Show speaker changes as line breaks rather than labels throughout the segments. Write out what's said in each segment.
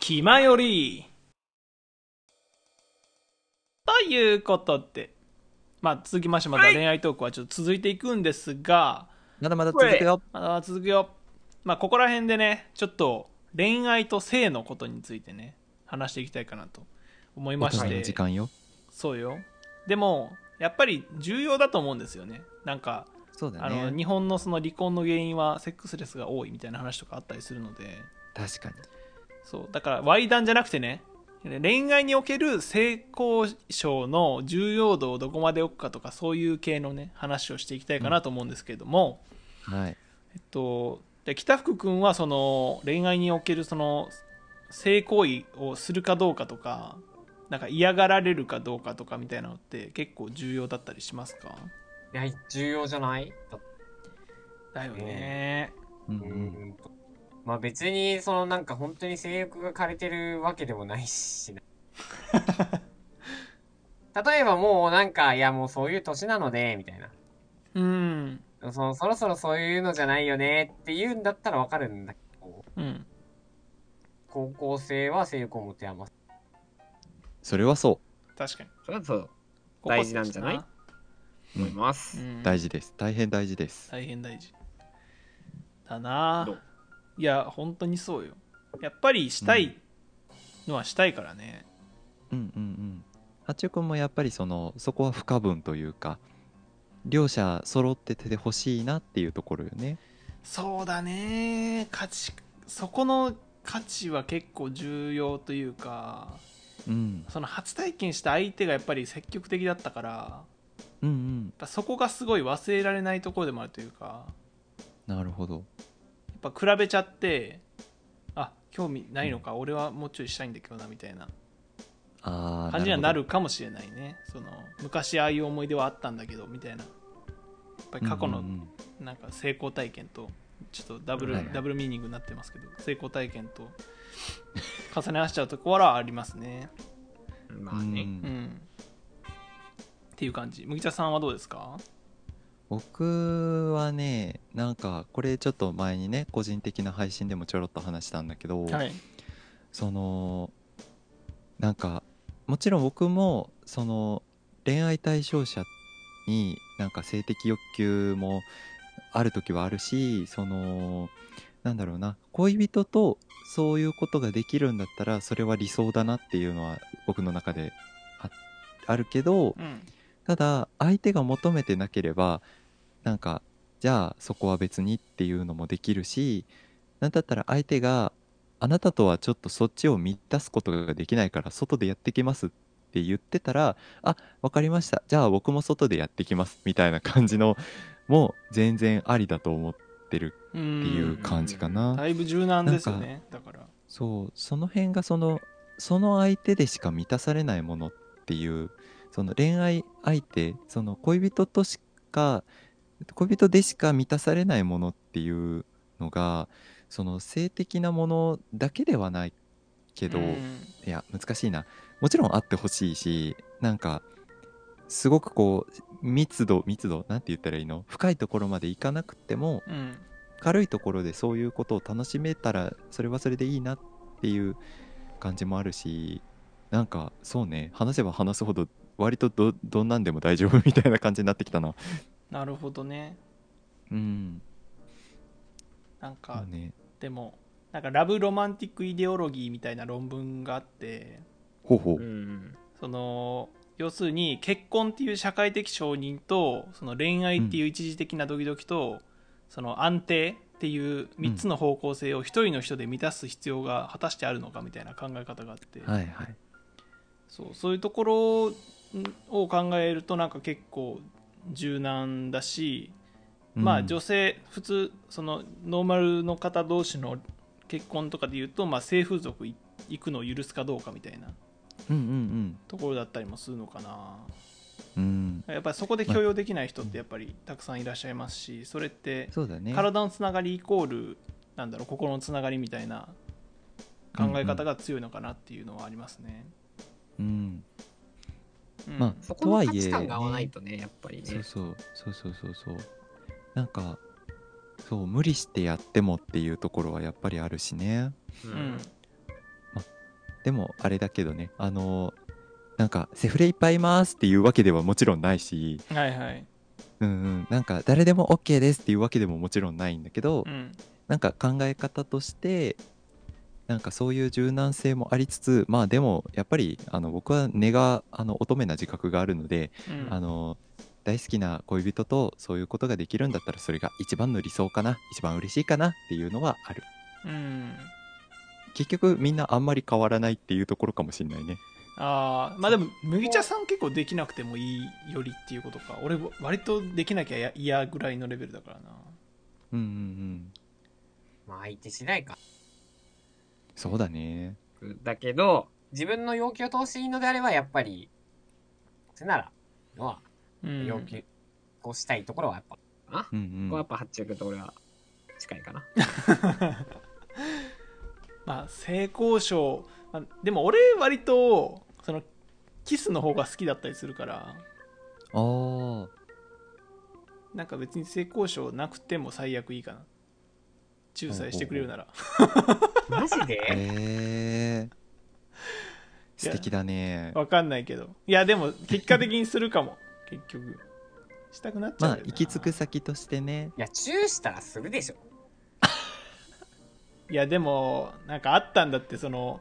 暇より。ということで、まあ、続きまして、また恋愛トークはちょっと続いていくんですが、
まだまだ続くよ。
まだ続くよ。まあ、ここら辺でね、ちょっと恋愛と性のことについてね、話していきたいかなと思いま
お
し
互い
て
の時。間よ。
そうよ。でも、やっぱり重要だと思うんですよね。なんか、
そうだ
あの
ね。
日本のその離婚の原因はセックスレスが多いみたいな話とかあったりするので、
確かに。
そうだから Y 談じゃなくてね恋愛における性交渉の重要度をどこまで置くかとかそういう系のね話をしていきたいかなと思うんですけれども、
はい。
えっとで北福君はその恋愛におけるその性行為をするかどうかとかなんか嫌がられるかどうかとかみたいなのって結構重要だったりしますか
いや、重要じゃないだって
だよね、
うん
う
うん
んとまあ別に、そのなんか本当に性欲が枯れてるわけでもないし な。例えばもうなんか、いやもうそういう年なので、みたいな。
うん
そのそろそろそういうのじゃないよねって言うんだったらわかるんだけど、
うん
高校生は性欲を持て余す。
それはそ
確かに
それはそう大事なんじゃない思いま
う
す。
ん
う。大事です。大変大事です。
大変大事だな
どう
いや本当にそうよやっぱりしたいのはしたいからね、
うんうんうん。八中君もやっぱりそのそこは不可分というか、両者揃っててほしいなっていうところよね。
そうだね価値そこの価値は結構重要というか
うん
その初体験した相手がやっぱり積極的だったからや
うんうん
っ。ぱそこがすごい忘れられないところでもあるというか
なるほど。
やっぱ比べちゃってあ興味ないのか、俺はもうちょいしたいんだけどなみたいな
ああ。
感じにはな
ほど
るかもしれないねその昔ああいう思い出はあったんだけどみたいなやっぱり過去
う
の
んうんうん
なんか成功体験とちょっとダブル、
はいはい
ダブルミーニングになってますけど成功体験と重ね合わせちゃうところはありますね
まあね。
うん、っていう感じ麦茶さんはどうですか
僕はねなんかこれちょっと前にね個人的な配信でもちょろっと話したんだけど、
はい
そのなんかもちろん僕もその恋愛対象者になんか性的欲求もある時はあるしそのなんだろうな恋人とそういうことができるんだったらそれは理想だなっていうのは僕の中でああるけど、
うん
ただ相手が求めてなければなんかじゃあそこは別にっていうのもできるしなんだったら相手があなたとはちょっとそっちを満たすことができないから外でやってきますって言ってたらあわかりましたじゃあ僕も外でやってきますみたいな感じのもう全然ありだと思ってるっていう感じかな。
だいぶ柔軟ですよねだから
そうその辺がそのその相手でしか満たされないものっていうその恋愛相手その恋人としか恋人でしか満たされないものっていうのがその性的なものだけではないけど、
うん
いや難しいなもちろんあってほしいしなんかすごくこう密度密度なんて言ったらいいの深いところまでいかなくても
うん
軽いところでそういうことを楽しめたらそれはそれでいいなっていう感じもあるしなんかそうね話せば話すほど割とどどんなんでも大丈夫みたいな感じになってきたな
なるほどね
うん
なんか
あね
でもなんかラブロマンティックイデオロギーみたいな論文があって
ほうほ
う。
うん
その要するに結婚っていう社会的承認とその恋愛っていう一時的なドキドキと、その安定っていう3つの方向性を一人の人で満たす必要が果たしてあるのかみたいな考え方があって、
はいはい
そうそういうところんを考えるとなんか結構柔軟だし、まあ女
性
性普通そのノーマルの方同士の結婚とかで言うと、まあ、性風俗い行くのを許すかどうかみたいな
うんうん
ところだったりもするのかな。
うんうん
やっぱりそこで許容できない人ってやっぱりたくさんいらっしゃいますしそれって
そうだね
体のつながりイコールなんだろう心のつながりみたいな考え方が強いのかなっていうのはありますね。
うん
うん
まあ
そこの価値
とはいえ
観が合わないとね、やっぱり
そう
ね。
そうそうそうそうそうなんかそう無理してやってもっていうところはやっぱりあるしね
う
うん。
でもあれだけどねあのなんかセフレいっぱいいますっていうわけではもちろんないし、
はいはい
うんうん、なんか誰でも OK ですっていうわけでももちろんないんだけど、
うん
なんか考え方としてなんかそういう柔軟性もありつつまあでもやっぱりあの僕は根があの乙女な自覚があるので、
うん
あの大好きな恋人とそういうことができるんだったらそれが一番の理想かな一番嬉しいかなっていうのはある
うん
結局みんなあんまり変わらないっていうところかもしれないね
ああまあでも麦茶さん結構できなくてもいいよりっていうことか俺割とできなきゃや嫌ぐらいのレベルだからな
うんうんうん
まあ相手次第か。
そうだね
だけど、
自分の要求を通していいのであれば、やっぱり、それなら、のは、
うん
要求をしたいところはやっぱ、
うん
ここ
う
はや
ん
っぱ八中と俺は近いかな。
まあ性交渉、まあでも俺割とそのキスの方が好きだったりするから
あー
なんか別に性交渉なくても最悪いいかな仲裁してくれるなら
マジ で
へえ素敵だね
わかんないけどいやでも結果的にするかも結局したくなっちゃう
ま
よ
あ
な
行き着く先としてね
いや、チューしたらするでしょ。
いやでもなんかあったんだってその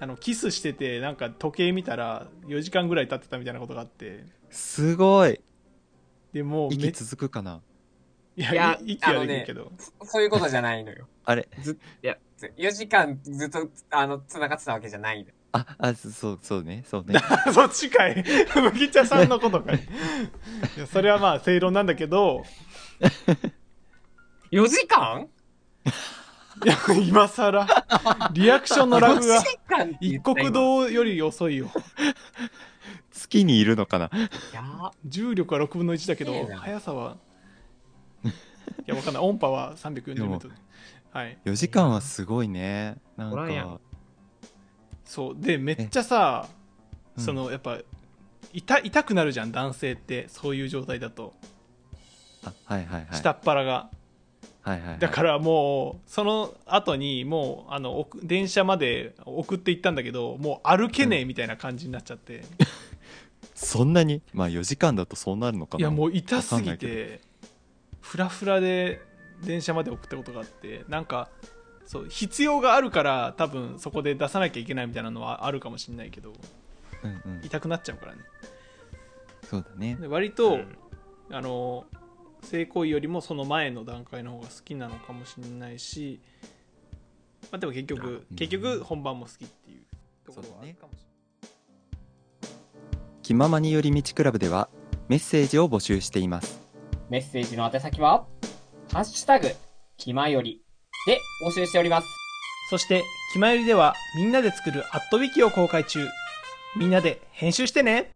あのキスしててなんか時計見たら4時間ぐらい経ってたみたいなことがあって
すごい
でもうめ
息
っち
続くかない
や
いや
い息はできるけど、
そういうことじゃないのよ。
あれ
4時間ずっと、あの、繋がってたわけじゃないの。
ああそそうそうねそうね
そっちかい麦茶さんのことかいいやそれはまあ正論なんだけど
4時間
いや今更リアクションのラ
?4
グが
時間って言
一
った今
国道より遅いよ
月にいるのかない
やー
重力は6分の1だけ
い
ど
いな
速さはいやわかんない音波は 340m はい
4時間はすごいねなん
おらんや
か
ん
そうでめっちゃさ
え
そのやっぱ痛痛くなるじゃん男性ってそういう状態だと
あはいはいはい
下っ腹が、
はいはいはい
だからもうその後にもうあの送電車まで送っていったんだけどもう歩けねえみたいな感じになっちゃって、
そんなにまあ4時間だとそうなるのかない
やもう痛す
わかんな
ぎ
いけ
てフラフラで電車まで送ったことがあってなんかそう必要があるから多分そこで出さなきゃいけないみたいなのはあるかもしれないけど
うんうん、
痛くなっちゃうからね
そうだね
で割と、
うん
あの性行為よりもその前の段階の方が好きなのかもしれないし、まあ、でも結局
うん
結局本番も好きっていうところはあるかもしれない
気ままに寄り道クラブではメッセージを募集しています
メッセージの宛先は、ハッシュタグ、気まより、で募集しております。
そして「きまより」ではみんなで作る「アットウィキを公開中みんなで編集してね